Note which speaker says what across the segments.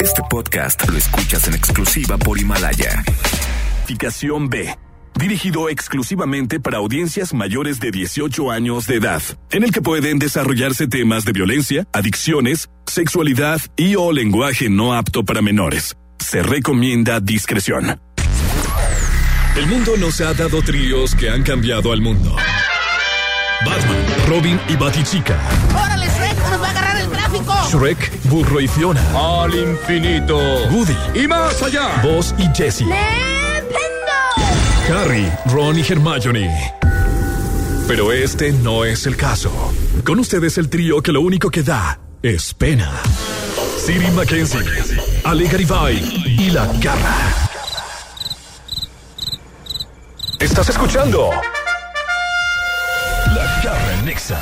Speaker 1: Este podcast lo escuchas en exclusiva por Himalaya. Aplicación B. Dirigido exclusivamente para audiencias mayores de 18 años de edad, en el que pueden desarrollarse temas de violencia, adicciones, sexualidad y o lenguaje no apto para menores. Se recomienda discreción. El mundo nos ha dado tríos que han cambiado al mundo. Batman, Robin y Batichica.
Speaker 2: ¡Órale, Shrek! ¡Nos va a agarrar el tráfico!
Speaker 1: Shrek, Burro y Fiona.
Speaker 3: Al infinito.
Speaker 1: Woody,
Speaker 3: Y más allá.
Speaker 1: Buzz y Jesse. Harry, Ron y Hermione. Pero este no es el caso. Con ustedes el trío que lo único que da es pena. Siri Mackenzie, Ale Garibay y La Garra. Estás escuchando La Garra en Nexa.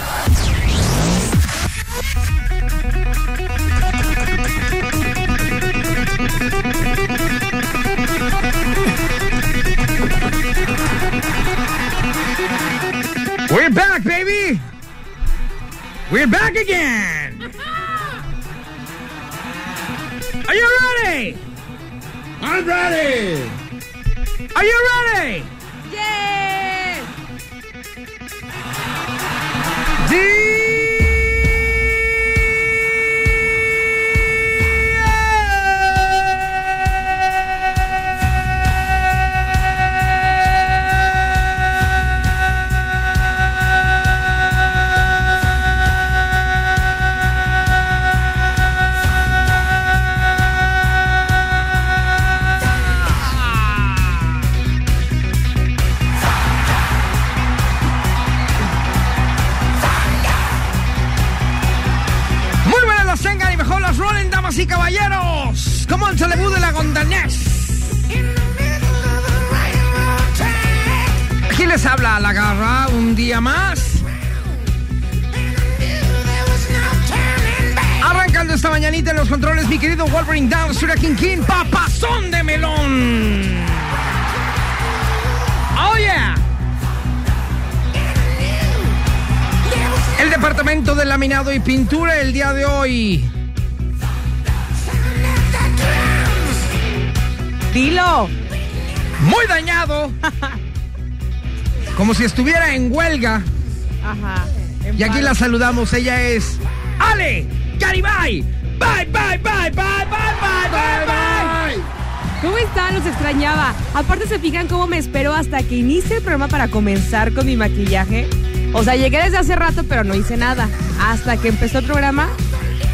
Speaker 4: We're back, baby. We're back again. Are you ready? I'm ready. Are you ready?
Speaker 2: ¡Yeah!
Speaker 4: Muy buenas las tengan y mejor las rolen, damas y caballeros. Como el Celebú de la Gondanés. Aquí les habla la garra un día más. Arrancando esta mañanita en los controles, mi querido Wolverine Down, King King, papazón de melón. Oh yeah. El departamento de laminado y pintura el día de hoy.
Speaker 2: ¡Dilo!
Speaker 4: Muy dañado. Como si estuviera en huelga.
Speaker 2: Ajá.
Speaker 4: Y aquí la saludamos, ella es Ale Garibay. Bye, bye, bye, bye, bye, bye, bye, bye.
Speaker 2: ¿Cómo están? Los extrañaba. Aparte, ¿se fijan cómo me espero hasta que inicie el programa para comenzar con mi maquillaje? O sea, llegué desde hace rato, pero no hice nada. Hasta que empezó el programa,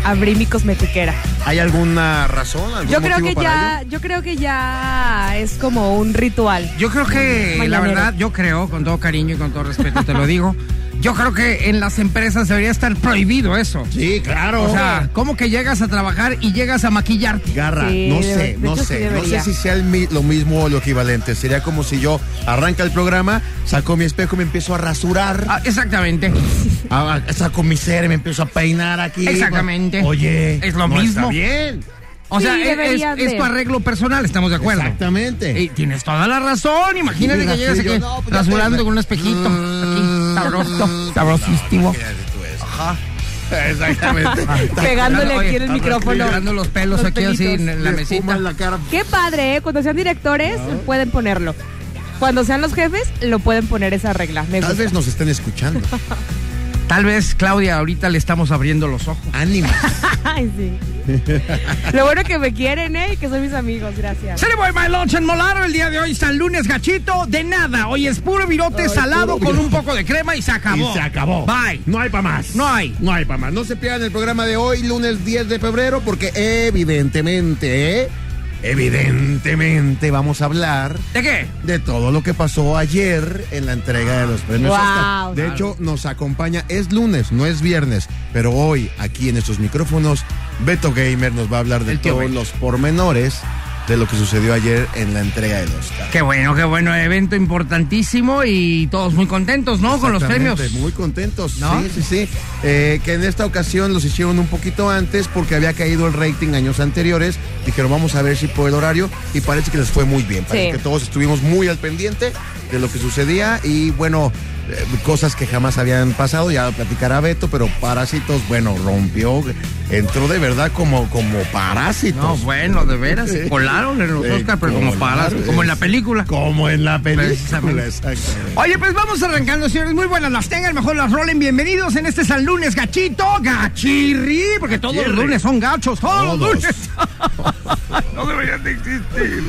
Speaker 2: abrí mi cosmetiquera.
Speaker 5: ¿Hay alguna razón? ¿Algún
Speaker 2: Yo creo
Speaker 5: motivo
Speaker 2: que
Speaker 5: para
Speaker 2: ya, yo creo que ya es como un ritual.
Speaker 4: Yo creo que,
Speaker 2: Mañanero.
Speaker 4: la verdad, yo creo, con todo cariño y con todo respeto te lo digo, yo creo que en las empresas debería estar prohibido eso.
Speaker 5: ello? Sí, claro.
Speaker 4: O sea, ¿cómo que llegas a trabajar y llegas a maquillarte?
Speaker 5: Garra,
Speaker 2: Sí,
Speaker 5: no
Speaker 2: de-
Speaker 5: sé,
Speaker 2: de
Speaker 5: no
Speaker 2: hecho, sí
Speaker 5: sé, no sé
Speaker 2: debería.
Speaker 5: si sea el mi- lo mismo o lo equivalente. Sería como si yo arranca el programa, saco mi espejo y me empiezo a rasurar,
Speaker 4: Ah, exactamente.
Speaker 5: a- a- saco mi cera y me empiezo a peinar aquí.
Speaker 4: Exactamente.
Speaker 5: Oye,
Speaker 4: Es lo
Speaker 5: no
Speaker 4: mismo.
Speaker 5: está bien.
Speaker 4: O
Speaker 2: Sí,
Speaker 4: sea, es,
Speaker 2: debería
Speaker 4: es- es
Speaker 2: de.
Speaker 4: tu arreglo personal, estamos de acuerdo.
Speaker 5: Exactamente.
Speaker 4: Y Eh, tienes toda la razón. Imagínate que
Speaker 5: Mira,
Speaker 4: llegas
Speaker 5: sí, yo,
Speaker 4: aquí
Speaker 5: no, pues ya
Speaker 4: rasurando
Speaker 5: tengo-
Speaker 4: con un espejito. Aquí,
Speaker 5: Mm.
Speaker 4: sabroso, sabrosísimo. Ah,
Speaker 5: Ajá. Exactamente.
Speaker 2: Pegándole
Speaker 4: Oye,
Speaker 2: aquí en el micrófono.
Speaker 4: Tirando los pelos
Speaker 2: Los
Speaker 4: aquí así
Speaker 2: pelitos.
Speaker 4: en la
Speaker 5: Le espuma
Speaker 4: mesita.
Speaker 5: en la cara.
Speaker 2: Qué padre, ¿eh? Cuando sean directores, pueden ponerlo. Cuando sean los jefes, lo pueden poner esa regla. Me
Speaker 5: Tal
Speaker 2: gusta.
Speaker 5: vez nos estén escuchando.
Speaker 4: Tal vez, Claudia, ahorita le estamos abriendo los ojos.
Speaker 5: Ánimo.
Speaker 2: Ay, sí. Lo bueno que me quieren, ¿eh? Y que son mis amigos, gracias.
Speaker 4: Se le voy my lunch en Molaro el día de hoy, San Lunes Gachito, de nada. Hoy es puro virote salado con un poco de crema y se acabó.
Speaker 5: Y se acabó.
Speaker 4: Bye.
Speaker 5: No hay para más.
Speaker 4: No hay.
Speaker 5: No hay para más. No se pierdan el programa de hoy, lunes 10 de febrero, porque evidentemente, ¿eh? evidentemente vamos a hablar
Speaker 4: ¿De qué?
Speaker 5: de todo lo que pasó ayer en la entrega de los premios
Speaker 2: Wow.
Speaker 5: Oscar. De hecho, nos acompaña, es lunes, no es viernes, pero hoy aquí en estos micrófonos, Beto Gamer nos va a hablar de
Speaker 4: El tío
Speaker 5: todos
Speaker 4: Beto.
Speaker 5: los pormenores de lo que sucedió ayer en la entrega del Oscar.
Speaker 4: Qué bueno, qué bueno. Evento importantísimo y todos muy contentos, ¿no? Con los
Speaker 5: Exactamente,
Speaker 4: premios.
Speaker 5: Muy contentos,
Speaker 4: ¿No?
Speaker 5: sí, sí, sí. Eh, que en esta ocasión los hicieron un poquito antes porque había caído el rating años anteriores. Dijeron, vamos a ver si por el horario. Y parece que les fue muy bien. Parece
Speaker 2: Sí.
Speaker 5: que todos estuvimos muy al pendiente de lo que sucedía. Y bueno, eh, cosas que jamás habían pasado, ya platicará Beto, pero Parásitos, bueno, rompió, entró de verdad como, como Parásitos.
Speaker 4: No, bueno, de veras, se colaron en los
Speaker 5: Eh,
Speaker 4: Oscars, pero como
Speaker 5: colar,
Speaker 4: palas, como en la
Speaker 5: es-
Speaker 4: película.
Speaker 5: Como en la película,
Speaker 4: Precisamente.
Speaker 5: exactamente.
Speaker 4: Oye, pues vamos arrancando, señores. Muy buenas las tengan, mejor las rolen. Bienvenidos en este San Lunes, gachito, gachirri, porque todos los
Speaker 5: Gachirri.
Speaker 4: lunes son gachos, todos,
Speaker 5: Todos.
Speaker 4: los lunes. no deberían de existir.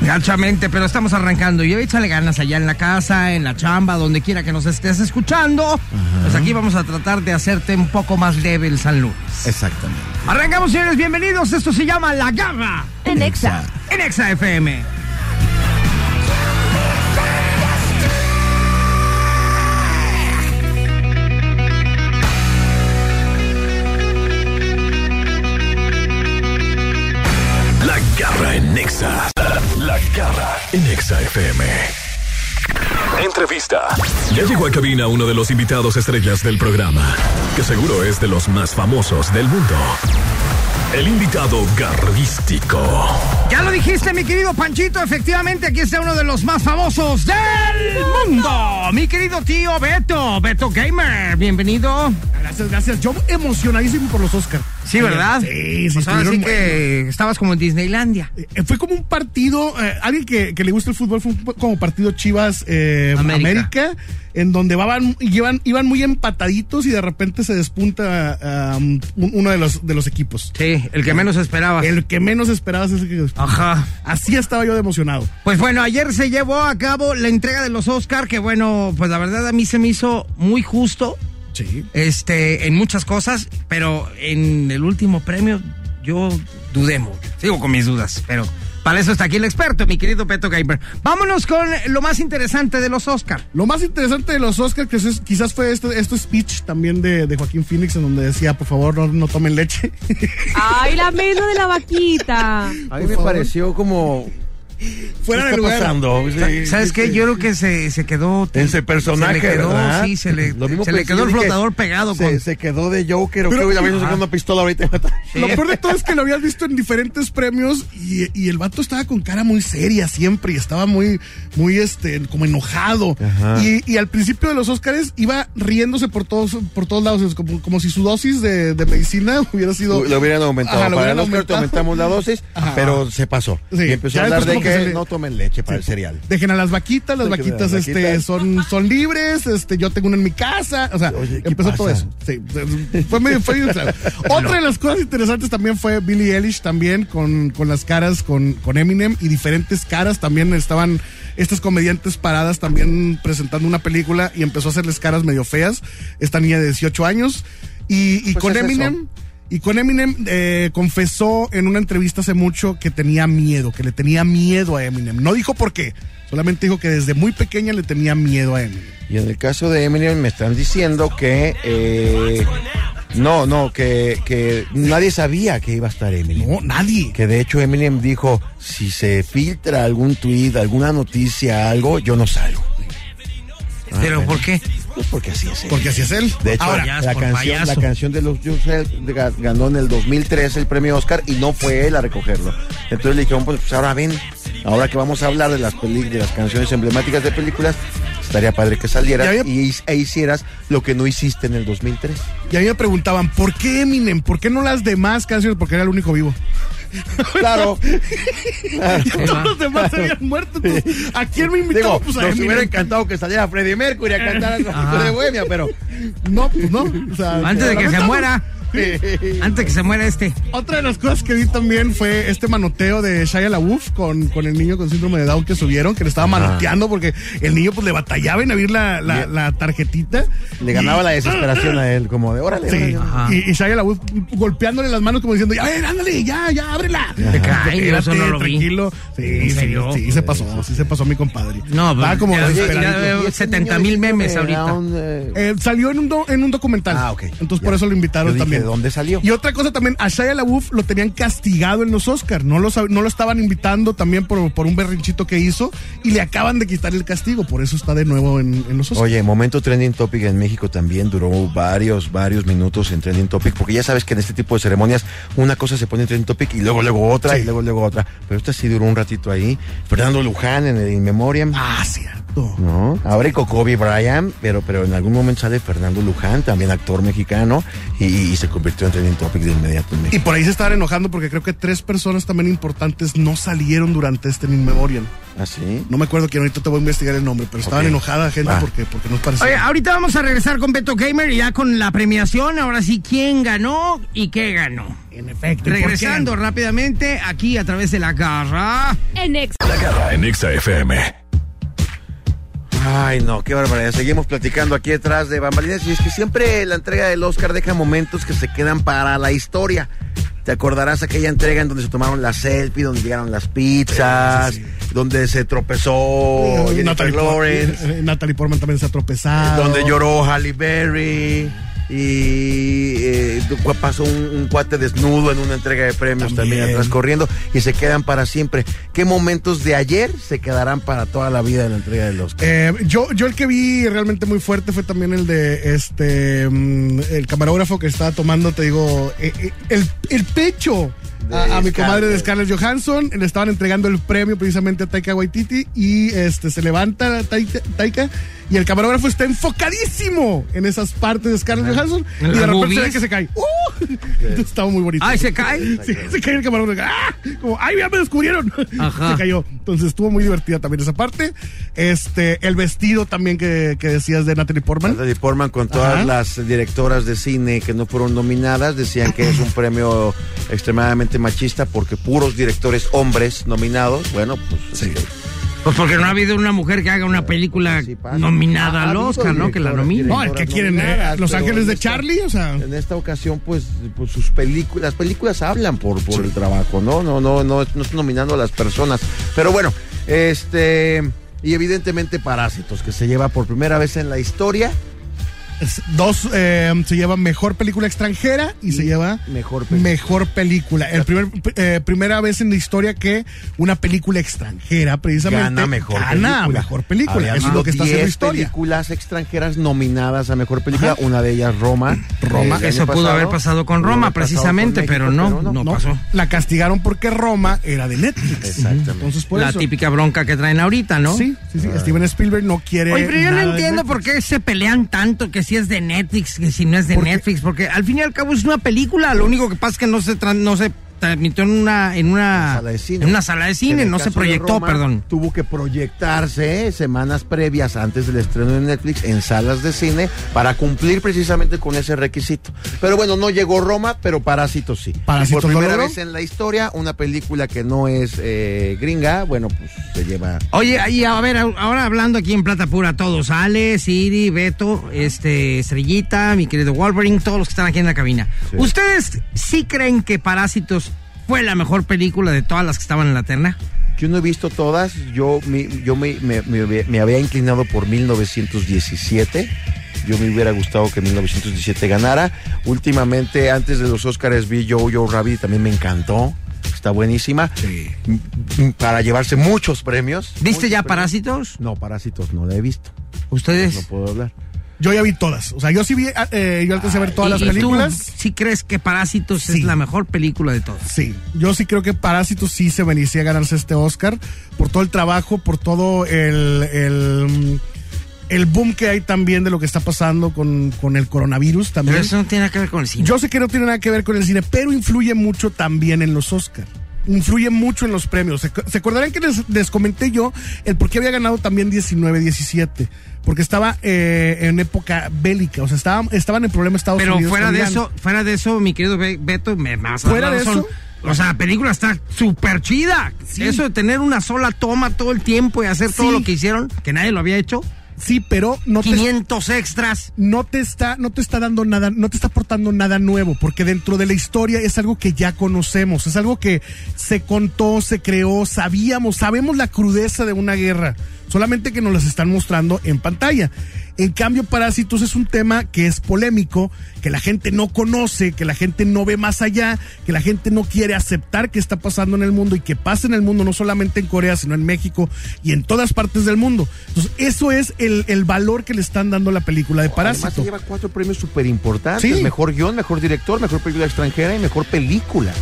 Speaker 4: Gachamente, pero estamos arrancando. Y échale ganas allá en la casa, en la chamba, donde quiera que nos estés escuchando. Pues aquí vamos a tratar de hacerte un poco más leve el San Lunes.
Speaker 5: Exactamente.
Speaker 4: Arrancamos, señores, bienvenidos. Esto se llama La Garra
Speaker 2: En Exa.
Speaker 4: en Exa FM.
Speaker 1: La garra en Nexa. La garra en Nexa FM. Entrevista. Ya llegó a cabina uno de los invitados estrellas del programa, que seguro es de los más famosos del mundo. El invitado garrístico.
Speaker 4: Ya lo dijiste, mi querido Panchito. Efectivamente, aquí está uno de los más famosos del mundo. Mi querido tío Beto, Beto Gamer. Bienvenido.
Speaker 6: Gracias, gracias. Yo emocionadísimo por los Oscars.
Speaker 4: Sí, ¿verdad?
Speaker 6: Sí, sí,
Speaker 4: Pues ahora sí
Speaker 6: estuvieron
Speaker 4: que estabas como en Disneylandia.
Speaker 6: Eh, Fue como un partido, eh, alguien que, que le gusta el fútbol, fue un po- como partido Chivas eh,
Speaker 4: América.
Speaker 6: América. en donde van, iban, iban muy empataditos y de repente se despunta um, un- uno de los, de los equipos.
Speaker 4: Sí, el que menos esperabas.
Speaker 6: eh, El que menos esperabas es el que...
Speaker 4: Ajá.
Speaker 6: Así estaba yo de emocionado.
Speaker 4: Pues bueno, ayer se llevó a cabo la entrega de los Oscar, que bueno, pues la verdad a mí se me hizo muy justo.
Speaker 6: Sí.
Speaker 4: este, en muchas cosas, pero en el último premio yo dudé mucho. Sigo con mis dudas, pero para eso está aquí el experto, mi querido Peto Gamer. Vámonos con lo más interesante de los Oscar.
Speaker 6: Lo más interesante de los Oscars que es- quizás fue este, este speech también de, de Joaquín Phoenix en donde decía, por favor, no, no tomen leche.
Speaker 2: Ay, la misma de la vaquita.
Speaker 5: A mí me pareció como...
Speaker 6: Fuera de lugar.
Speaker 4: ¿Sabes qué? Yo creo que se, se quedó.
Speaker 5: En ese personaje,
Speaker 4: Se le quedó,
Speaker 5: ¿verdad?
Speaker 4: sí, se le,
Speaker 5: Lo mismo
Speaker 4: se le
Speaker 5: pensé,
Speaker 4: quedó el
Speaker 5: dije,
Speaker 4: flotador pegado.
Speaker 5: Se,
Speaker 4: con-
Speaker 5: se quedó de Joker, o
Speaker 6: Pero-
Speaker 5: qué, ya me hizo sacar una pistola ahorita. y matar.
Speaker 6: Lo peor de todo es que lo habías visto en diferentes premios y, y el vato estaba con cara muy seria siempre y estaba muy, muy este, como enojado.
Speaker 5: Ajá.
Speaker 6: Y, y al principio de los Óscares iba riéndose por todos, por todos lados, es como, como si su dosis de, de medicina hubiera sido.
Speaker 5: Lo hubieran aumentado.
Speaker 6: Ajá, lo
Speaker 5: para
Speaker 6: hubieran
Speaker 5: el Oscar te
Speaker 6: aumentado.
Speaker 5: aumentamos la dosis,
Speaker 6: Ajá.
Speaker 5: pero se pasó.
Speaker 6: Sí,
Speaker 5: Y empezó
Speaker 6: ya
Speaker 5: a hablar
Speaker 6: después
Speaker 5: de
Speaker 6: como que
Speaker 5: que,
Speaker 6: se le-
Speaker 5: no tomen leche para el cereal.
Speaker 6: Dejen a las vaquitas, las
Speaker 5: Dejen a las
Speaker 6: vaquitas, este,
Speaker 5: vaquitas.
Speaker 6: son, son libres, este, yo tengo una en mi casa, o sea,
Speaker 5: Oye, ¿qué
Speaker 6: empezó
Speaker 5: pasa?
Speaker 6: todo eso. Sí, pues, fue medio, fue medio claro. Otra de las cosas interesantes también fue Billie Eilish también con, con las caras con, con Eminem y diferentes caras también estaban estas comediantes paradas también presentando una película y empezó a hacerles caras medio feas, esta niña de 18 años y, y
Speaker 5: Pues
Speaker 6: con
Speaker 5: es eso.
Speaker 6: Eminem... Y con Eminem eh, confesó en una entrevista hace mucho que tenía miedo, que le tenía miedo a Eminem. No dijo por qué, solamente dijo que desde muy pequeña le tenía miedo a Eminem.
Speaker 5: Y en el caso de Eminem me están diciendo que eh, no, no, que, que nadie sabía que iba a estar Eminem.
Speaker 6: No, nadie.
Speaker 5: Que de hecho Eminem dijo, si se filtra algún tweet, alguna noticia, algo, yo no salgo.
Speaker 4: pero ¿por qué?
Speaker 5: Pues porque así es. él.
Speaker 6: Porque así es él.
Speaker 5: De hecho,
Speaker 4: Ahora,
Speaker 5: la,
Speaker 4: por
Speaker 5: canción, la
Speaker 4: payaso.
Speaker 5: canción de los Yourself ga- ganó en el 2003 el premio Oscar y no fue él a recogerlo. Entonces le dijeron, pues, pues, ahora ven, ahora que vamos a hablar de las peli- de las canciones emblemáticas de películas, estaría padre que salieras
Speaker 6: Ya había-
Speaker 5: y, e hicieras lo que no hiciste en el 2003.
Speaker 6: Y a mí me preguntaban, ¿por qué Eminem? ¿Por qué no las demás canciones? Porque era el único vivo.
Speaker 5: Claro,
Speaker 6: Todos los demás se habían muerto. entonces, ¿A quién me invitó?
Speaker 5: digo,
Speaker 6: pues a
Speaker 5: nos hubiera
Speaker 6: Eminem.
Speaker 5: encantado que saliera Freddie Mercury a cantar al
Speaker 4: Ajá.
Speaker 5: de Bohemia, pero
Speaker 6: No, pues no. o
Speaker 5: Ah,
Speaker 6: sea,
Speaker 4: Antes de que se
Speaker 6: lamentamos.
Speaker 4: muera. Antes de que se muera este.
Speaker 6: Otra de las cosas que vi también fue este manoteo de Shia LaBeouf con, con el niño con síndrome de Down que subieron, que le estaba manoteando porque el niño pues le batallaba en abrir la, la, la tarjetita.
Speaker 5: le ganaba la desesperación a él, como de órale.
Speaker 6: Sí,
Speaker 5: órale".
Speaker 4: Ajá.
Speaker 6: y, y Shia LaBeouf golpeándole las manos como diciendo, ya, a ver, ándale, ya, ya, ábrela.
Speaker 4: Ay, yo eso no lo vi.
Speaker 6: tranquilo. Sí,
Speaker 4: ¿En
Speaker 6: sí,
Speaker 4: serio?
Speaker 6: sí, se pasó, sí se pasó mi compadre.
Speaker 4: No,
Speaker 6: Estaba
Speaker 4: pues,
Speaker 6: como
Speaker 4: ya-
Speaker 6: desesperado.
Speaker 4: ya veo
Speaker 5: Y este
Speaker 4: 70,000
Speaker 5: niño de
Speaker 4: memes
Speaker 5: síndrome de
Speaker 4: ahorita.
Speaker 5: Down, eh,
Speaker 6: Eh, salió en un, do- en un documental.
Speaker 5: Ah, ok.
Speaker 6: Entonces
Speaker 5: Ya.
Speaker 6: por eso lo invitaron
Speaker 5: Yo dije,
Speaker 6: también.
Speaker 5: ¿de dónde salió?
Speaker 6: Y otra cosa también, a Shia LaBeouf lo tenían castigado en los Oscars. No lo, sab- no lo estaban invitando también por, por un berrinchito que hizo y le acaban de quitar el castigo. Por eso está de nuevo en, en los Oscars.
Speaker 5: Oye, momento trending topic en México también duró varios, varios minutos en trending topic, porque ya sabes que en este tipo de ceremonias una cosa se pone en trending topic y luego, luego otra
Speaker 6: Sí.
Speaker 5: y luego, luego otra. Pero esta sí duró un ratito ahí. Fernando Luján en el In Memoriam.
Speaker 6: Ah, cierto. Exacto.
Speaker 5: ¿no? Ahora y con Kobe Bryant, pero, pero en algún momento sale Fernando Luján, también actor mexicano, y, y se convirtió en trending topic de inmediato en
Speaker 6: Y
Speaker 5: México.
Speaker 6: por ahí se estaban enojando porque creo que tres personas también importantes no salieron durante este In Memoriam.
Speaker 5: ¿Ah, sí?
Speaker 6: No me acuerdo quién, ahorita te voy a investigar el nombre, pero estaban
Speaker 5: Ok.
Speaker 6: enojada gente
Speaker 5: Va.
Speaker 6: porque, porque nos parecía.
Speaker 4: Oye,
Speaker 5: ah,
Speaker 4: ahorita vamos a regresar con Beto Gamer y ya con la premiación. Ahora sí, ¿quién ganó y qué ganó?
Speaker 6: en efecto. ¿y por qué?
Speaker 4: Regresando rápidamente aquí a través de la garra.
Speaker 2: En ex.
Speaker 1: En Exa FM.
Speaker 5: Ay, no, qué barbaridad. Seguimos platicando aquí detrás de bambalinas. Y es que siempre la entrega del Oscar deja momentos que se quedan para la historia. Te acordarás aquella entrega en donde se tomaron la selfie, donde llegaron las pizzas, donde se tropezó
Speaker 6: Eh,
Speaker 5: Jennifer
Speaker 6: Natalie,
Speaker 5: Lawrence,
Speaker 6: Portman, Ah, eh, Natalie Portman también se ha tropezado.
Speaker 5: donde lloró Halle Berry. Y eh, tu- pasó un, un cuate desnudo en una entrega de premios también.
Speaker 6: También.
Speaker 5: atrás corriendo y se quedan para siempre. ¿Qué momentos de ayer se quedarán para toda la vida de la entrega del Oscar?
Speaker 6: Eh, yo, yo el que vi realmente muy fuerte fue también el de este mm, el camarógrafo que estaba tomando, te digo, eh, eh, el, el pecho
Speaker 5: De
Speaker 6: a, a mi
Speaker 5: Scarlett.
Speaker 6: comadre de Scarlett Johansson. Le estaban entregando el premio precisamente a Taika Waititi y este se levanta Taika, Taika, y el camarógrafo está enfocadísimo en esas partes de Scarlett Johansson y
Speaker 4: En
Speaker 6: de
Speaker 4: las
Speaker 6: repente se ve
Speaker 4: boobies.
Speaker 6: que se cae. ¡Uh! Entonces estaba muy bonito.
Speaker 4: Ay, ¿se cae?
Speaker 6: Sí, se cayó el camarón. ¡Ah! Como, ¡ay, ya me descubrieron!
Speaker 4: Ajá.
Speaker 6: Se cayó. Entonces estuvo muy divertida también esa parte. Este, el vestido también que, que decías de Natalie Portman.
Speaker 5: Natalie Portman con todas
Speaker 6: Ajá.
Speaker 5: las directoras de cine que no fueron nominadas decían que es un premio extremadamente machista porque puros directores hombres nominados, bueno, pues sí.
Speaker 4: Pues porque no ha habido una mujer que haga una película
Speaker 5: Sí pasa.
Speaker 4: nominada
Speaker 5: Ha- ha
Speaker 4: al
Speaker 5: habido
Speaker 4: Oscar, ¿no? Que la
Speaker 5: directoras,
Speaker 4: nomine.
Speaker 6: No, el que quieren, eh, Los
Speaker 5: pero
Speaker 6: Ángeles
Speaker 5: en
Speaker 6: de
Speaker 5: esta-
Speaker 6: Charlie, o sea.
Speaker 5: En esta ocasión, pues, pues, sus películas, las películas hablan por, por el trabajo, ¿no? No, no, no, no estoy nominando a las personas. Pero bueno, este, y evidentemente Parásitos, que se lleva por primera vez en la historia
Speaker 6: es- Dos eh, se lleva mejor película extranjera y, se lleva
Speaker 5: mejor película.
Speaker 6: mejor película. El primer, eh, primera vez en la historia que una película extranjera, precisamente,
Speaker 5: gana mejor
Speaker 6: gana
Speaker 5: película.
Speaker 6: mejor película.
Speaker 5: Había
Speaker 6: Eso es
Speaker 5: habido
Speaker 6: lo que está haciendo
Speaker 5: 10
Speaker 6: historia.
Speaker 5: películas extranjeras nominadas a mejor película, una de ellas Roma. eh,
Speaker 6: Roma.
Speaker 5: del año
Speaker 4: Eso pudo haber pasado con
Speaker 5: pudo
Speaker 4: Roma,
Speaker 5: haber pasado
Speaker 4: precisamente,
Speaker 5: con México,
Speaker 4: pero no, no.
Speaker 6: ¿no?
Speaker 4: pasó.
Speaker 6: La castigaron porque Roma era de Netflix.
Speaker 5: Exactamente.
Speaker 6: Entonces, por
Speaker 4: La
Speaker 6: eso.
Speaker 4: típica bronca que traen ahorita, ¿no?
Speaker 6: Sí, sí, sí. Steven Spielberg no quiere.
Speaker 4: Oye, pero yo no
Speaker 6: nada de
Speaker 4: entiendo
Speaker 6: Netflix.
Speaker 4: por qué se pelean tanto que si es de Netflix, que si no es de
Speaker 6: Porque-
Speaker 4: Netflix, porque al fin y al cabo es una película, lo único que pasa es que no se tran- no se transmitió en una en una
Speaker 5: sala de cine.
Speaker 4: en una sala de
Speaker 5: En
Speaker 4: cine,
Speaker 5: el
Speaker 4: no se
Speaker 5: caso de
Speaker 4: proyectó,
Speaker 5: Roma,
Speaker 4: perdón.
Speaker 5: Tuvo que proyectarse semanas previas antes del estreno de Netflix en salas de cine para cumplir precisamente con ese requisito. Pero bueno, no llegó Roma, pero Parásito sí.
Speaker 6: Parásitos
Speaker 5: Y por
Speaker 6: lo
Speaker 5: primera
Speaker 6: logró.
Speaker 5: vez en la historia, una película que no es eh, gringa, bueno, pues se lleva.
Speaker 4: Oye, y a ver, au- ahora hablando aquí en Plata Pura, todos, Ale, Siri, Beto, este, Estrellita, mi querido Wolverine, todos los que están aquí en la cabina.
Speaker 5: Sí.
Speaker 4: ¿Ustedes sí creen que Parásitos fue la mejor película de todas las que estaban en la terna?
Speaker 5: Yo no he visto todas, yo, mi- yo me, me- me había- me había inclinado por 1917. Yo me hubiera gustado que 1917 ganara. Últimamente, antes de los Óscares, vi Jojo Rabbit, también me encantó. Está buenísima. M- m- Para llevarse muchos premios.
Speaker 4: ¿Viste
Speaker 5: Muchos
Speaker 4: ya
Speaker 5: premios.
Speaker 4: Parásitos?
Speaker 5: No, Parásitos no la he visto. No
Speaker 4: ¿Ustedes?
Speaker 5: puedo hablar.
Speaker 6: Yo ya vi todas. O sea, yo sí vi. eh, yo alcancé a ver todas
Speaker 4: ¿Y-
Speaker 6: las
Speaker 4: y tú
Speaker 6: películas.
Speaker 4: sí crees que Parásitos
Speaker 6: Sí.
Speaker 4: es la mejor película de todas?
Speaker 6: Sí, yo sí creo que Parásitos sí se merecía ganarse este Oscar por todo el trabajo, por todo el, el, el boom que hay también de lo que está pasando con, con el coronavirus
Speaker 4: Pero
Speaker 6: también.
Speaker 4: eso no tiene nada que ver con el cine.
Speaker 6: Yo sé que no tiene nada que ver con el cine, pero influye mucho también en los Oscar. Influye mucho en los premios. ¿Se, se acordarán que les, les comenté yo el por qué había ganado también 19-17? Porque estaba eh, en época bélica, o sea, estaban, estaban en problema Estados
Speaker 4: Pero
Speaker 6: Unidos.
Speaker 4: fuera
Speaker 6: con
Speaker 4: de
Speaker 6: Irán.
Speaker 4: eso, fuera de eso, mi querido Be- Beto, me me vas a dar
Speaker 6: Fuera
Speaker 4: la
Speaker 6: de
Speaker 4: razón.
Speaker 6: eso-
Speaker 4: O sea, la película está súper chida. Eso de tener una sola toma todo el tiempo y hacer todo
Speaker 6: Sí.
Speaker 4: lo que hicieron, que nadie lo había hecho.
Speaker 6: Sí, pero no te,
Speaker 4: 500 extras.
Speaker 6: no te está, no te está dando nada, no te está aportando nada nuevo, porque dentro de la historia es algo que ya conocemos, es algo que se contó, se creó, sabíamos, sabemos la crudeza de una guerra, solamente que nos las están mostrando en pantalla. En cambio, Parásitos es un tema que es polémico, que la gente no conoce, que la gente no ve más allá, que la gente no quiere aceptar que está pasando en el mundo y que pasa en el mundo, no solamente en Corea, sino en México y en todas partes del mundo. Entonces, eso es el, el valor que le están dando a la película de
Speaker 5: Además, se
Speaker 6: Parásito.
Speaker 5: lleva cuatro premios súper importantes:
Speaker 6: Sí.
Speaker 5: mejor guión, mejor director, mejor película extranjera y mejor película.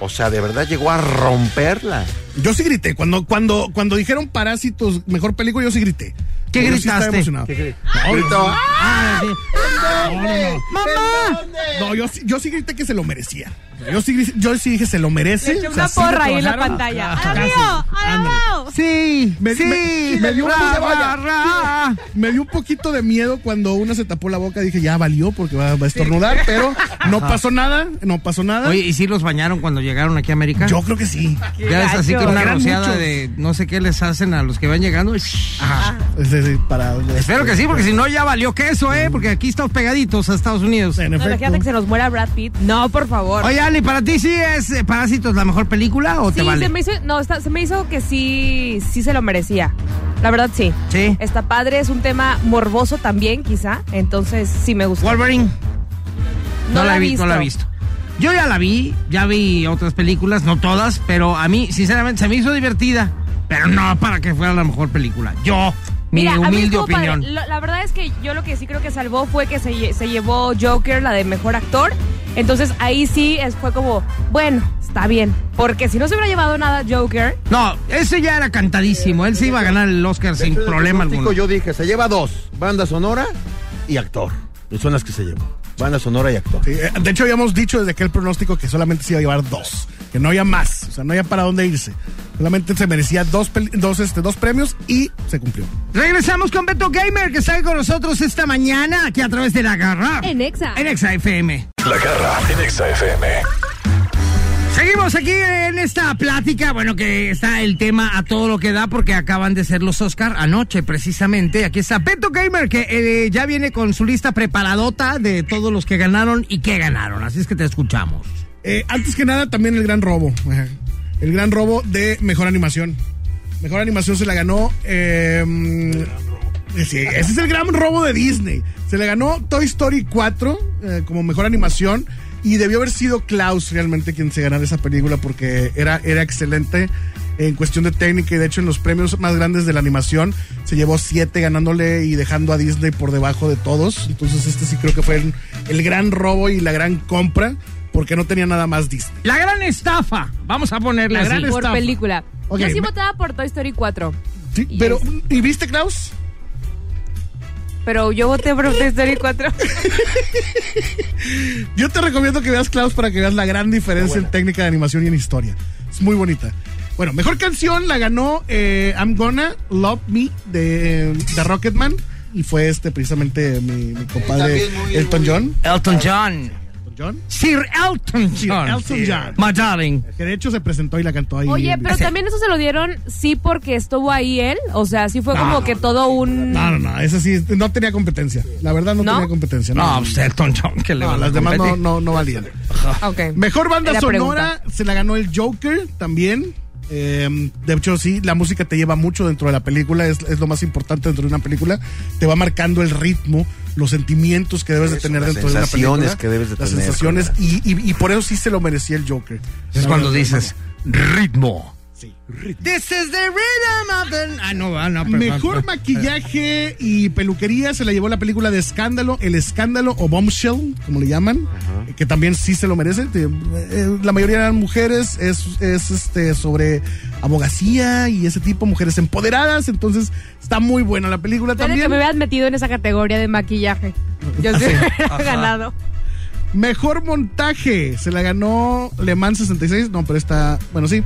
Speaker 5: O sea, de verdad llegó a romperla.
Speaker 6: Yo sí grité. Cuando, cuando, cuando dijeron Parásitos, mejor película, yo sí grité.
Speaker 4: ¿Qué
Speaker 6: Yo sí estaba
Speaker 4: gritaste?
Speaker 6: emocionado.
Speaker 5: Ahorita-
Speaker 4: Ah, sí.
Speaker 6: No, no, no.
Speaker 4: ¡Mamá!
Speaker 6: No, yo, sí- yo sí grité que se lo merecía. Yo sí, gri- yo sí dije, se lo merece.
Speaker 2: Le eché
Speaker 6: O
Speaker 2: una
Speaker 6: sea, sí lo
Speaker 2: porra ahí en la
Speaker 6: trabajaron.
Speaker 2: pantalla.
Speaker 6: Ah,
Speaker 2: ¡Al
Speaker 6: casi.
Speaker 2: mío!
Speaker 6: Ándale.
Speaker 2: ¡Al
Speaker 4: Sí,
Speaker 6: Me-
Speaker 4: sí,
Speaker 6: me- me dio un
Speaker 4: ra,
Speaker 6: piso, vaya.
Speaker 4: ra, ra.
Speaker 6: Me dio un poquito de miedo cuando una se tapó la boca. Dije, ya valió porque va, va a estornudar, pero no pasó nada, no pasó nada.
Speaker 4: Oye, ¿y si los bañaron cuando llegaron aquí a América?
Speaker 6: yo creo que sí.
Speaker 4: Ya es así
Speaker 2: gacho.
Speaker 4: que una
Speaker 6: Eran
Speaker 4: rociada
Speaker 6: muchos. Ah.
Speaker 4: de no sé qué les hacen a los que van llegando. Ajá.
Speaker 6: Sí, sí, Este, para-
Speaker 4: Espero que sí, porque si no ya valió queso, ¿eh? Porque aquí estamos pegaditos a Estados Unidos.
Speaker 6: En
Speaker 2: No, imagínate que
Speaker 6: efecto.
Speaker 2: se nos muera Brad Pitt. No, por favor.
Speaker 4: Oye, Ali, ¿para ti sí es eh, Parásitos la mejor película o
Speaker 2: sí,
Speaker 4: te vale?
Speaker 2: se me hizo, no, está- se me hizo que sí, sí se lo merecía. La verdad, sí.
Speaker 4: Sí.
Speaker 2: Está padre, es un tema morboso también, quizá. Entonces, sí me gustó.
Speaker 4: Wolverine.
Speaker 2: No la
Speaker 4: he
Speaker 2: he
Speaker 4: vi- No la he
Speaker 2: visto.
Speaker 4: visto. Yo ya la vi, ya vi otras películas, no todas, pero a mí, sinceramente, se me hizo divertida. Pero no para que fuera la mejor película. Yo, mi
Speaker 2: Mira, a mí
Speaker 4: humilde
Speaker 2: estuvo padre.
Speaker 4: opinión.
Speaker 2: Lo- la verdad es que yo lo que sí creo que salvó fue que se, lle- se llevó Joker, la de mejor actor. Entonces ahí sí es- fue como, bueno, está bien. Porque si no se hubiera llevado nada Joker,
Speaker 4: No, ese ya era cantadísimo. Él se iba a ganar el Oscar sin
Speaker 5: Dentro del
Speaker 4: problema
Speaker 5: pronóstico,
Speaker 4: alguno.
Speaker 5: Yo dije, se lleva dos, banda sonora y actor. Y son las que se llevó. Banda sonora y actor.
Speaker 6: Sí, eh, de hecho, habíamos dicho desde aquel pronóstico que solamente se iba a llevar dos, que no había más, o sea, no había para dónde irse. Solamente se merecía dos, pel- dos, este, dos premios y se cumplió.
Speaker 4: Regresamos con Beto Gamer, que está con nosotros esta mañana, aquí a través de La Garra.
Speaker 2: En Exa.
Speaker 4: En Exa FM.
Speaker 7: La garra en Exa FM.
Speaker 4: Seguimos aquí en esta plática, bueno que está el tema a todo lo que da porque acaban de ser los Oscar anoche precisamente. Aquí está Beto Gamer que eh, ya viene con su lista preparadota de todos los que ganaron y que ganaron, así es que te escuchamos.
Speaker 6: Eh, antes que nada, también el gran robo. Ajá. El gran robo de mejor animación. Mejor animación se la ganó. eh, mm, sí, ese es el gran robo de Disney. Se le ganó Toy Story 4 eh, como mejor animación. Y debió haber sido Klaus realmente quien se ganara esa película porque era, era excelente en cuestión de técnica. Y de hecho, en los premios más grandes de la animación se llevó 7 ganándole y dejando a Disney por debajo de todos. Entonces, este sí creo que fue el- el gran robo y la gran compra porque no tenía nada más Disney.
Speaker 4: La gran estafa, vamos a ponerle
Speaker 6: La
Speaker 4: así.
Speaker 6: gran
Speaker 2: por
Speaker 6: estafa.
Speaker 2: película.
Speaker 6: Ok,
Speaker 2: yo sí
Speaker 6: me-
Speaker 2: votaba por Toy Story 4.
Speaker 6: Sí,
Speaker 2: Y
Speaker 6: pero
Speaker 2: es-
Speaker 6: ¿y viste Klaus?
Speaker 2: Pero yo voté por Toy Story 4.
Speaker 6: Yo te recomiendo que veas Klaus para que veas la gran diferencia en técnica de animación y en historia. Es muy bonita. Bueno, mejor canción la ganó eh, I'm Gonna Love Me de, de Rocketman. Y fue este precisamente mi, mi compadre Elton John.
Speaker 4: Elton John.
Speaker 6: Elton John.
Speaker 4: Sir Elton
Speaker 6: Sir
Speaker 4: John.
Speaker 6: Elton John.
Speaker 4: My darling.
Speaker 6: Que de hecho se presentó y la cantó ahí.
Speaker 2: Oye,
Speaker 6: en
Speaker 2: pero
Speaker 6: vivo.
Speaker 2: también eso se lo dieron sí porque estuvo ahí él. O sea, sí fue como que todo un...
Speaker 6: No, no, no, esa sí, no tenía competencia. La verdad no,
Speaker 2: ¿No?
Speaker 6: tenía competencia.
Speaker 4: No, pues Elton John, que le
Speaker 6: No,
Speaker 4: van a
Speaker 6: las demás no,
Speaker 4: competir.
Speaker 6: no, no valían.
Speaker 2: Ok.
Speaker 6: Mejor banda
Speaker 2: Era
Speaker 6: sonora se la ganó el Joker también. Eh, de hecho, sí, la música te lleva mucho dentro de la película, es, es lo más importante dentro de una película. Te va marcando el ritmo, los sentimientos que debes de
Speaker 5: Eso,
Speaker 6: tener
Speaker 5: las
Speaker 6: dentro de una película.
Speaker 5: sensaciones que debes de
Speaker 6: las
Speaker 5: tener,
Speaker 6: sensaciones, y, y- y por eso sí se lo merecía el Joker.
Speaker 4: Es
Speaker 6: La
Speaker 4: cuando
Speaker 6: verdad,
Speaker 4: dices ritmo.
Speaker 6: sí.
Speaker 4: This is the rhythm of the... Ah, no, ah, no, pero-
Speaker 6: Mejor maquillaje y peluquería se la llevó la película de Escándalo, El Escándalo o Bombshell, como le llaman, que también sí se lo merece. Te- eh, La mayoría eran mujeres, es, es, este sobre abogacía y ese tipo, mujeres empoderadas, entonces está muy buena la película
Speaker 2: Espero que
Speaker 6: también. Ah,
Speaker 2: me hubieras metido en esa categoría de maquillaje. Yo sí hubiera ganado.
Speaker 6: Mejor montaje se la ganó Le Mans 66, no, pero está, bueno, sí.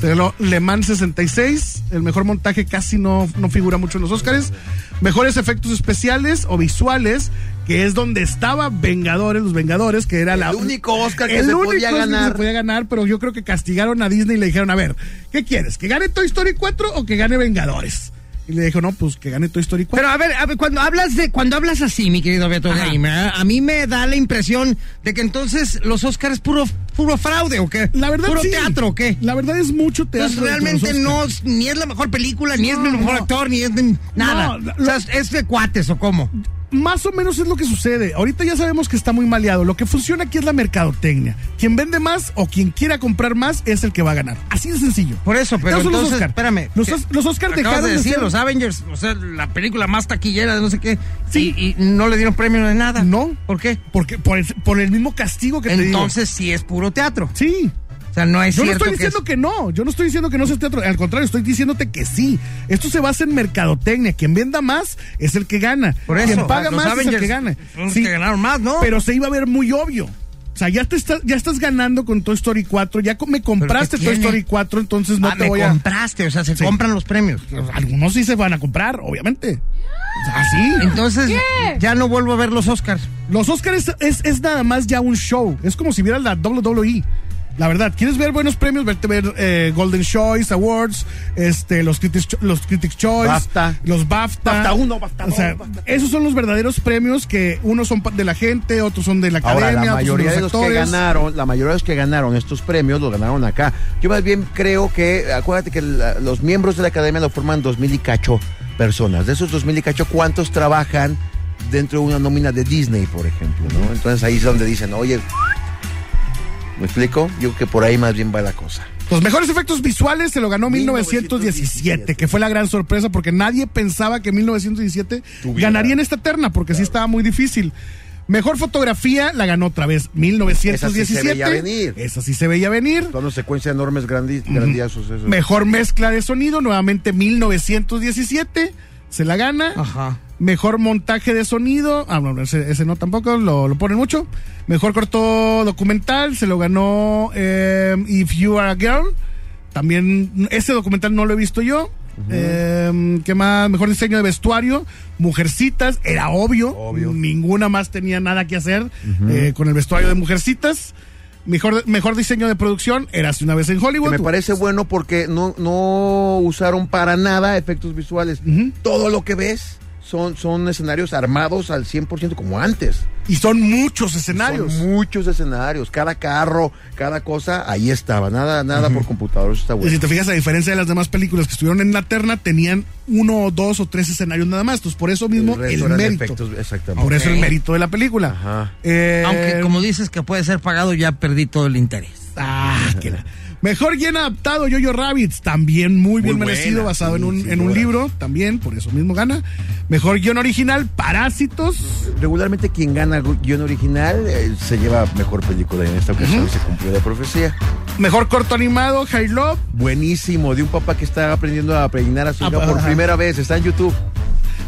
Speaker 6: Se ganó Le Mans 66, el mejor montaje casi no, no figura mucho en los Oscars. Mejores efectos especiales o visuales, que es donde estaba Vengadores, los Vengadores, que era la...
Speaker 5: único Oscar que
Speaker 6: el
Speaker 5: se
Speaker 6: único
Speaker 5: podía
Speaker 6: Oscar que
Speaker 5: ganar.
Speaker 6: se podía ganar, pero yo creo que castigaron a Disney y le dijeron, a ver, ¿qué quieres? ¿Que gane Toy Story 4 o que gane Vengadores? Y le dijo, no, pues que gane Toy Story 4.
Speaker 4: Pero a ver, a ver, cuando hablas de cuando hablas así, mi querido Beto Gamer, ¿eh? a mí me da la impresión de que entonces los Oscars puro puro fraude o qué?
Speaker 6: la verdad
Speaker 4: puro
Speaker 6: sí.
Speaker 4: teatro o qué?
Speaker 6: La verdad es mucho teatro.
Speaker 4: Entonces
Speaker 6: dentro de los
Speaker 4: realmente
Speaker 6: Oscars.
Speaker 4: no es- ni es la mejor película, ni es el mejor
Speaker 6: no.
Speaker 4: actor, ni es de- nada.
Speaker 6: No,
Speaker 4: o sea, es- es de cuates o cómo.
Speaker 6: más o menos es lo que sucede. Ahorita ya sabemos que está muy maleado. Lo que funciona aquí es la mercadotecnia. Quien vende más o quien quiera comprar más es el que va a ganar. Así de sencillo.
Speaker 4: Por eso, pero
Speaker 6: Esos son
Speaker 4: entonces,
Speaker 6: Oscar.
Speaker 4: espérame.
Speaker 6: Los,
Speaker 4: ¿qué?
Speaker 6: Os- los Oscar
Speaker 4: Acabas
Speaker 6: dejaron
Speaker 4: de decir,
Speaker 6: ser-
Speaker 4: los Avengers, o sea, la película más taquillera de no sé qué,
Speaker 6: Sí.
Speaker 4: y, y no le dieron premio de nada.
Speaker 6: No.
Speaker 4: ¿Por qué?
Speaker 6: Porque por el, por el mismo castigo que te digo.
Speaker 4: Entonces sí es puro teatro.
Speaker 6: Sí.
Speaker 4: O sea, no es
Speaker 6: Yo no
Speaker 4: cierto
Speaker 6: estoy
Speaker 4: que es-
Speaker 6: diciendo que, no, yo no estoy diciendo que no sea teatro, al contrario, estoy diciéndote que sí. Esto se basa en mercadotecnia, quien venda más es el que gana,
Speaker 4: Por eso,
Speaker 6: quien paga
Speaker 4: los
Speaker 6: más es el
Speaker 4: Avengers
Speaker 6: que gana.
Speaker 4: son los que ganaron más, ¿no?
Speaker 6: Pero se iba a ver muy obvio. O sea, ya te estás, ya estás ganando con Toy Story 4, ya co- me compraste
Speaker 4: ¿Pero
Speaker 6: Toy
Speaker 4: qué
Speaker 6: Story
Speaker 4: tiene?
Speaker 6: 4, entonces no
Speaker 4: Ah,
Speaker 6: te
Speaker 4: me
Speaker 6: voy a
Speaker 4: compraste, o sea, se compran los premios.
Speaker 6: algunos sí se van a comprar, obviamente.
Speaker 4: Ah,
Speaker 6: Así.
Speaker 4: Entonces,
Speaker 2: ¿Qué?
Speaker 4: ya no vuelvo a ver los Oscars.
Speaker 6: Los Oscars es, es nada más ya un show. Es como si vieras la WWE. La verdad, ¿quieres ver buenos premios? Verte ver eh, Golden Choice Awards, este, los Critics, Cho- los Critics Choice,
Speaker 5: BAFTA.
Speaker 6: los BAFTA.
Speaker 5: BAFTA uno, BAFTA
Speaker 6: O sea,
Speaker 5: dos, BAFTA.
Speaker 6: esos son los verdaderos premios que unos son pa- de la gente, otros son de la academia,
Speaker 5: Ahora, la
Speaker 6: otros
Speaker 5: mayoría de
Speaker 6: son
Speaker 5: pues, los
Speaker 6: de los,
Speaker 5: que
Speaker 6: actores.
Speaker 5: ganaron, la mayoría de los que ganaron estos premios los ganaron acá. Yo más bien creo que, acuérdate que la- los miembros de la academia lo forman dos mil y cacho personas. De esos dos mil y cacho, ¿cuántos trabajan dentro de una nómina de Disney, por ejemplo? ¿no? Entonces ahí es donde dicen, oye, ¿me explico? Yo creo que por ahí más bien va la cosa.
Speaker 6: Los mejores efectos visuales se lo ganó 1917, que fue la gran sorpresa porque nadie pensaba que 1917
Speaker 5: Tuviera.
Speaker 6: ganaría en esta terna porque sí estaba muy difícil. Mejor fotografía la ganó otra vez 1917.
Speaker 5: Esa sí se veía venir.
Speaker 6: Esa sí se veía venir.
Speaker 5: Son una secuencia de enormes, grandi- grandiosos. esos.
Speaker 6: Mejor mezcla de sonido, nuevamente 1917, se la gana.
Speaker 4: Ajá.
Speaker 6: Mejor montaje de sonido, ah, no, ese, ese no tampoco, lo, lo ponen mucho. Mejor corto documental, se lo ganó eh, If You Are a Girl. También ese documental no lo he visto yo. Eh, ¿Qué más? Mejor diseño de vestuario, Mujercitas, era obvio. Ninguna más tenía nada que hacer eh, con el vestuario de Mujercitas. Mejor, mejor diseño de producción, era hace una vez en
Speaker 5: Que
Speaker 6: Hollywood.
Speaker 5: me parece bueno porque no, no usaron para nada efectos visuales. Todo lo que ves son, son escenarios armados al 100% como antes.
Speaker 6: Y son muchos escenarios.
Speaker 5: Son muchos escenarios, cada carro, cada cosa, ahí estaba. Nada, nada por computador, eso está
Speaker 6: Y Pues, si
Speaker 5: bueno.
Speaker 6: te fijas, a diferencia de las demás películas que estuvieron en la terna, tenían uno o dos o tres escenarios nada más. Entonces, por eso mismo el,
Speaker 5: resto eran
Speaker 6: mérito.
Speaker 5: efectos, exactamente.
Speaker 6: Por eso el
Speaker 4: Ok.
Speaker 6: mérito de la película.
Speaker 5: Ajá.
Speaker 6: Eh,
Speaker 4: Aunque como dices que puede ser pagado, ya perdí todo el interés.
Speaker 6: ah, que la- Mejor bien adaptado, Yoyo Rabbits, también muy, bien
Speaker 5: buena,
Speaker 6: merecido, basado
Speaker 5: sí,
Speaker 6: en un,
Speaker 5: sin
Speaker 6: en un
Speaker 5: duda.
Speaker 6: libro, también, por eso mismo gana. Mejor guión original, Parásitos.
Speaker 5: Regularmente quien gana gu- guión original eh, se lleva mejor película. En esta ocasión se cumplió la profecía.
Speaker 6: Mejor corto animado, High Love.
Speaker 5: Buenísimo, de un papá que está aprendiendo a peinar a su
Speaker 6: Ah,
Speaker 5: hija por
Speaker 6: ajá.
Speaker 5: primera vez. Está en YouTube.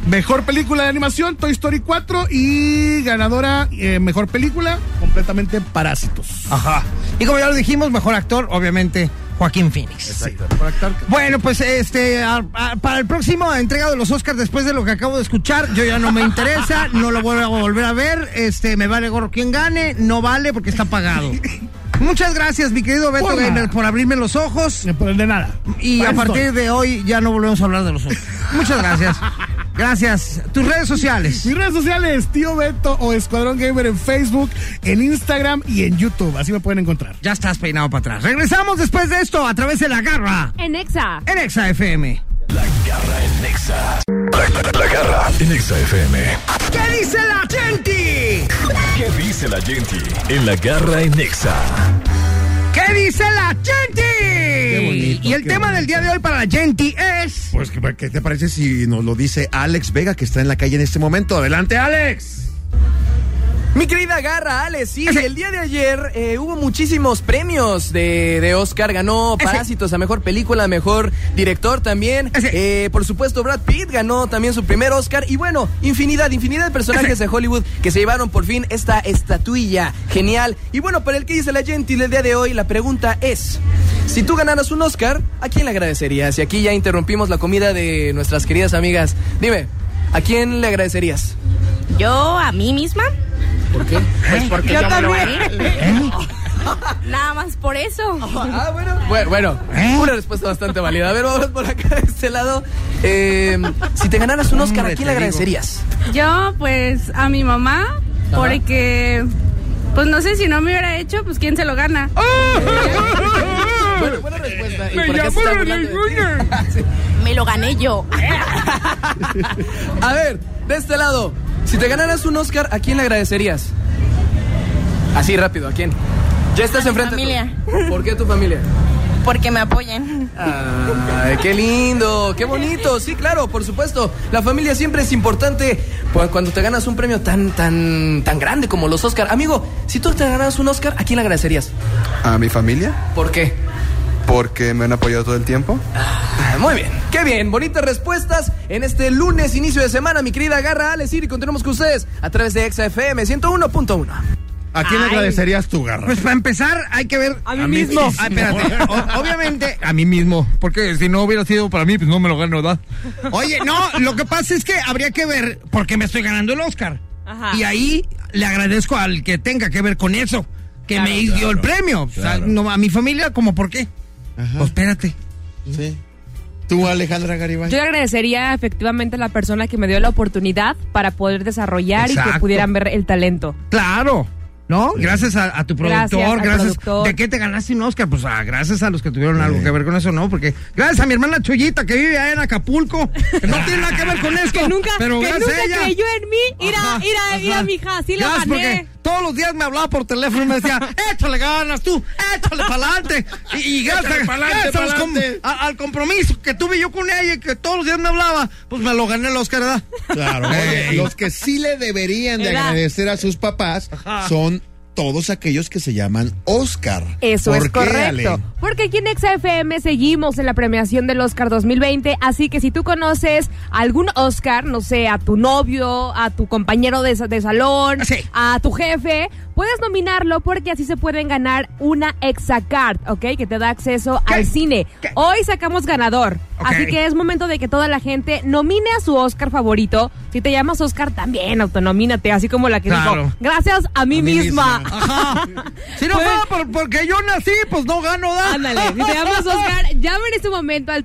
Speaker 6: Mejor película de animación, Toy Story 4. Y ganadora, eh, mejor película, completamente Parásitos.
Speaker 4: Ajá. Y como ya lo dijimos, mejor actor, obviamente, Joaquín Phoenix.
Speaker 6: Por actar-
Speaker 4: Bueno, pues este a- a- para el próximo entrega de los Oscars, después de lo que acabo de escuchar, yo ya no me interesa, no lo voy a volver a ver, este me vale gorro quien gane, no vale porque está pagado. Muchas gracias, mi querido Beto
Speaker 6: Hola.
Speaker 4: Gamer, por abrirme los ojos
Speaker 6: De nada.
Speaker 4: y
Speaker 6: Para
Speaker 4: a
Speaker 6: eso
Speaker 4: partir de hoy ya no volvemos a hablar de los Oscars. Muchas gracias. Gracias. Tus redes sociales.
Speaker 6: Mis redes sociales, tío Beto o Escuadrón Gamer en Facebook, en Instagram y en YouTube. Así me pueden encontrar.
Speaker 4: Ya estás peinado para atrás. Regresamos después de esto a través de la garra
Speaker 2: En Exa.
Speaker 4: en Exa FM.
Speaker 7: Garra en Nexa. La, la- la garra en Nexa FM.
Speaker 4: ¿Qué dice la gente?
Speaker 7: ¿Qué dice la gente en la garra en Nexa?
Speaker 4: ¿Qué dice la gente?
Speaker 5: bonito,
Speaker 4: y el
Speaker 5: qué
Speaker 4: tema del día de hoy para la gente es.
Speaker 5: Pues, ¿qué, ¿qué te parece si nos lo dice Alex Vega, que está en la calle en este momento? Adelante, Alex.
Speaker 8: Mi querida Garra, Alex, sí, el día de ayer eh, hubo muchísimos premios de, de Oscar. Ganó
Speaker 4: Ese.
Speaker 8: Parásitos a Mejor Película, a Mejor Director también.
Speaker 4: Ese.
Speaker 8: Eh, por supuesto, Brad Pitt ganó también su primer Oscar. Y bueno, infinidad, infinidad de personajes de Hollywood que se llevaron por fin esta estatuilla genial. Y bueno, para el que dice la gente del día de hoy, la pregunta es... Si tú ganaras un Oscar, ¿a quién le agradecerías? Y aquí ya interrumpimos la comida de nuestras queridas amigas. Dime, ¿a quién le agradecerías?
Speaker 9: Yo a mí misma. ¿Por qué? Pues porque yo, me lo gané. Nada más por eso.
Speaker 8: Ah, bueno. Bueno, bueno, una respuesta bastante válida. A ver, vamos por acá de este lado. Eh, si te ganaras un Oscar, ¿a
Speaker 4: Hombre,
Speaker 8: quién le
Speaker 4: te digo.
Speaker 8: agradecerías?
Speaker 9: Yo pues a mi mamá porque pues no sé si no me hubiera hecho, pues quién se lo gana.
Speaker 8: Bueno, buena respuesta. Y por acá se está burlando de ti.
Speaker 9: Me lo gané yo.
Speaker 8: A ver, de este lado, si te ganaras un Oscar, ¿a quién le agradecerías? Así rápido, ¿a quién? Ya estás
Speaker 9: mi
Speaker 8: enfrente.
Speaker 9: familia.
Speaker 8: tú. ¿Por qué a tu familia?
Speaker 9: Porque me apoyen.
Speaker 8: Ay, qué lindo, qué bonito. Sí, claro, por supuesto. La familia siempre es importante Cu- Cuando te ganas un premio tan, tan, tan grande como los Oscar. Amigo, si tú te ganas un Oscar, ¿a quién le agradecerías?
Speaker 10: A mi familia,
Speaker 8: ¿Por qué?
Speaker 10: porque me han apoyado todo el tiempo.
Speaker 8: Ah, Muy bien, qué bien, bonitas respuestas en este lunes inicio de semana, mi querida Garra Alex y continuamos con ustedes a través de XFM 101.1.
Speaker 5: ¿A quién le agradecerías tú, Garra?
Speaker 4: Pues para empezar, hay que ver.
Speaker 2: A mí mismo.
Speaker 4: Ah, espérate. O- obviamente, a mí mismo. Porque si no hubiera sido para mí, pues no me lo gano, ¿verdad? Oye, no, lo que pasa es que habría que ver por qué me estoy ganando el Oscar.
Speaker 2: Ajá.
Speaker 4: Y ahí le agradezco al que tenga que ver con eso, que
Speaker 2: Claro.
Speaker 4: me dio el premio. O sea, no, a mi familia, como por qué. Pues espérate.
Speaker 5: Sí. Tú, Alejandra Garibay.
Speaker 2: Yo le agradecería efectivamente a la persona que me dio la oportunidad para poder desarrollar y que
Speaker 4: Exacto.
Speaker 2: pudieran ver el talento.
Speaker 4: Claro. ¿no? Gracias a, a tu
Speaker 2: Gracias
Speaker 4: productor,
Speaker 2: al
Speaker 4: gracias.
Speaker 2: productor.
Speaker 4: ¿De qué te ganaste un Oscar? Pues ah, gracias a los que tuvieron algo que ver con eso, ¿no? Porque gracias a mi hermana Chuyita que vive allá en Acapulco, que no tiene nada que ver con esto.
Speaker 2: Que nunca,
Speaker 4: pero
Speaker 2: que
Speaker 4: gracias
Speaker 2: nunca
Speaker 4: a ella.
Speaker 2: creyó en mí. Mira,
Speaker 4: Ajá,
Speaker 2: mira, mira,
Speaker 4: ajá.
Speaker 2: mija, sí lo
Speaker 4: Gracias,
Speaker 2: gané.
Speaker 4: porque todos los días me hablaba por teléfono y me decía, échale ganas tú, échale pa'lante. Y, y gracias,
Speaker 5: Échale pa'lante,
Speaker 4: gracias a los com-
Speaker 5: pa'lante.
Speaker 4: a- al compromiso que tuve yo con ella y que todos los días me hablaba, pues me lo gané el Oscar, ¿verdad?
Speaker 5: Claro.
Speaker 4: Ey.
Speaker 5: Los que sí le deberían de
Speaker 2: ¿Verdad?
Speaker 5: agradecer a sus papás
Speaker 4: Ajá.
Speaker 5: son todos aquellos que se llaman Oscar.
Speaker 2: Eso
Speaker 5: ¿Por
Speaker 2: es
Speaker 5: qué,
Speaker 2: correcto.
Speaker 5: Ale?
Speaker 2: Porque aquí en XFM seguimos en la premiación del Oscar 2020. Así que si tú conoces a algún Oscar, no sé, a tu novio, a tu compañero de, sa- de salón,
Speaker 4: Sí.
Speaker 2: a tu jefe, puedes nominarlo porque así se pueden ganar una Exacard, ¿ok? Que te da acceso
Speaker 4: ¿Qué?
Speaker 2: al cine.
Speaker 4: ¿Qué?
Speaker 2: Hoy sacamos ganador.
Speaker 4: Ok.
Speaker 2: Así que es momento de que toda la gente nomine a su Oscar favorito. Si te llamas Oscar, también autonomínate, así como la que
Speaker 4: Claro.
Speaker 2: dijo, gracias a mí,
Speaker 5: mí
Speaker 2: misma.
Speaker 5: misma.
Speaker 4: Ajá. Si no
Speaker 2: Pues-
Speaker 4: fuera por- porque yo nací, pues no gano, ¿da?
Speaker 2: Ándale, si te llamas Oscar, llama en este momento al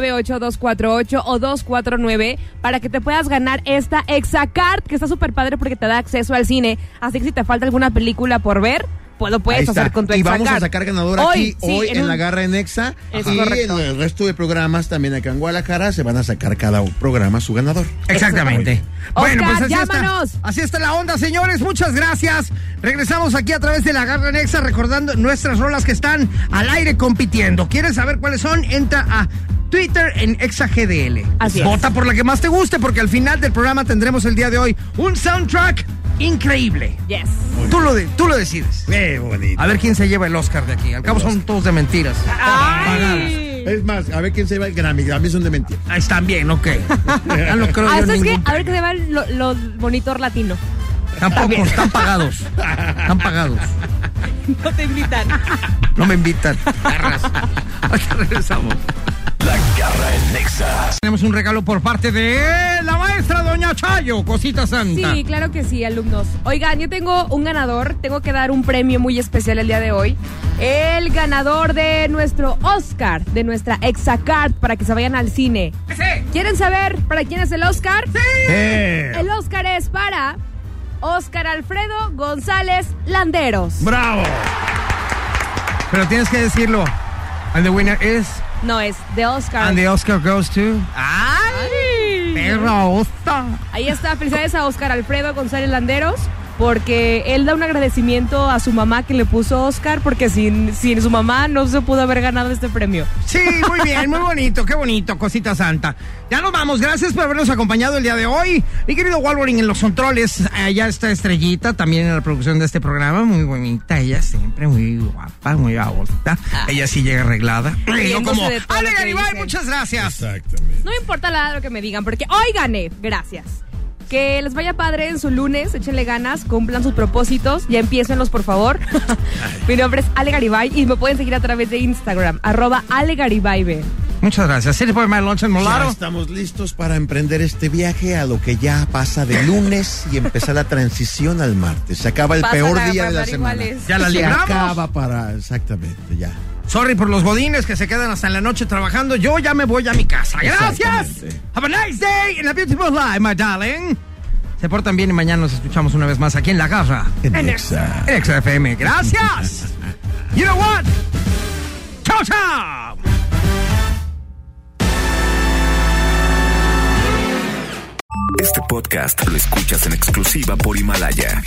Speaker 2: 36-298-248 o 249 para que te puedas ganar esta Exacart, que está súper padre porque te da acceso al cine. Así que si te falta alguna película por ver, pues lo
Speaker 5: Ahí
Speaker 2: puedes
Speaker 5: está.
Speaker 2: hacer con tu
Speaker 5: y
Speaker 2: Exacart.
Speaker 5: vamos a sacar ganador aquí
Speaker 2: sí,
Speaker 5: hoy en,
Speaker 2: un-
Speaker 5: la garra en Exa
Speaker 2: Es
Speaker 5: y
Speaker 2: correcto.
Speaker 5: en el resto de programas también acá en Guadalajara se van a sacar cada programa su ganador.
Speaker 4: Exactamente.
Speaker 2: Oscar,
Speaker 4: bueno, pues así
Speaker 2: llámanos.
Speaker 4: está. Así está la onda, señores. Muchas gracias. Regresamos aquí a través de la Garra Nexa recordando nuestras rolas que están al aire compitiendo. ¿Quieres saber cuáles son? Entra a Twitter en ExaGDL.
Speaker 2: Así es.
Speaker 4: Vota por la que más te guste porque al final del programa tendremos el día de hoy un soundtrack increíble.
Speaker 2: Yes.
Speaker 4: Tú lo, de- tú lo decides.
Speaker 5: Qué bonito.
Speaker 4: A ver quién se lleva el Oscar de aquí. Al cabo son todos de mentiras.
Speaker 2: ¡Ay!
Speaker 5: Es más, a ver quién se va el Grammy. Grammy son de mentira.
Speaker 4: Ahí están bien, ok. Ya no creo
Speaker 2: Ah,
Speaker 4: yo
Speaker 2: ¿sabes qué?
Speaker 4: ningún-
Speaker 2: A ver que se va el lo, lo monitor latino.
Speaker 4: Tampoco, están pagados. Están pagados.
Speaker 2: No te invitan.
Speaker 4: No me invitan. Garras. Ahorita regresamos.
Speaker 7: La garra en Nexa.
Speaker 4: Tenemos un regalo por parte de la maestra Doña Chayo, cosita santa.
Speaker 2: Sí, claro que sí, alumnos. Oigan, yo tengo un ganador, tengo que dar un premio muy especial el día de hoy. El ganador de nuestro Oscar, de nuestra Exacard, para que se vayan al cine. ¿Quieren saber para quién es el Oscar?
Speaker 4: Eh,
Speaker 2: El Oscar es para Oscar Alfredo González Landeros.
Speaker 4: ¡Bravo! Pero tienes que decirlo. And the winner is.
Speaker 2: No, es de Oscar.
Speaker 4: And the Oscar goes to. ¡Ay! ¡Perra hosta!
Speaker 2: Ahí está, felicidades a Oscar Alfredo González Landeros. Porque él da un agradecimiento a su mamá que le puso Oscar, porque sin, sin su mamá no se pudo haber ganado este premio.
Speaker 4: Sí, muy bien, muy bonito, qué bonito, cosita santa. Ya nos vamos, gracias por habernos acompañado el día de hoy. Mi querido Wolverine en los controles, allá está Estrellita, también en la producción de este programa, muy bonita, ella siempre muy guapa, muy bonita. Ella sí llega arreglada. Y yo
Speaker 2: Ah. Riéndose
Speaker 4: como,
Speaker 2: de todo
Speaker 4: Ale
Speaker 2: lo que
Speaker 4: Garibay,
Speaker 2: dicen".
Speaker 4: muchas gracias.
Speaker 5: Exactamente.
Speaker 2: No me importa nada lo que me digan, porque hoy gané. Gracias. Que les vaya padre en su lunes, échenle ganas, cumplan sus propósitos, ya empiecenlos por favor. Mi nombre es Ale Garibay y me pueden seguir a través de Instagram, arroba Ale Garibay B.
Speaker 4: Muchas gracias. City Boy My Lunch and
Speaker 5: Claro.
Speaker 4: Molaro.
Speaker 5: estamos listos para emprender este viaje a lo que ya pasa de lunes y empezar la transición al martes. Se acaba el
Speaker 2: Pasan
Speaker 5: peor
Speaker 2: a
Speaker 5: día de la
Speaker 2: pasar
Speaker 5: semana.
Speaker 2: iguales.
Speaker 4: Ya la
Speaker 5: Se
Speaker 4: libramos.
Speaker 5: acaba para exactamente ya.
Speaker 4: Sorry por los godines que se quedan hasta en la noche trabajando. Yo ya me voy a mi casa. Gracias.
Speaker 5: Exactamente.
Speaker 4: Have a nice day and a beautiful life, my darling. Se portan bien y mañana nos escuchamos una vez más aquí en La Garra.
Speaker 5: En Exa.
Speaker 4: En Exa FM. Gracias. you know what? Chao, chao.
Speaker 1: Este podcast lo escuchas en exclusiva por Himalaya.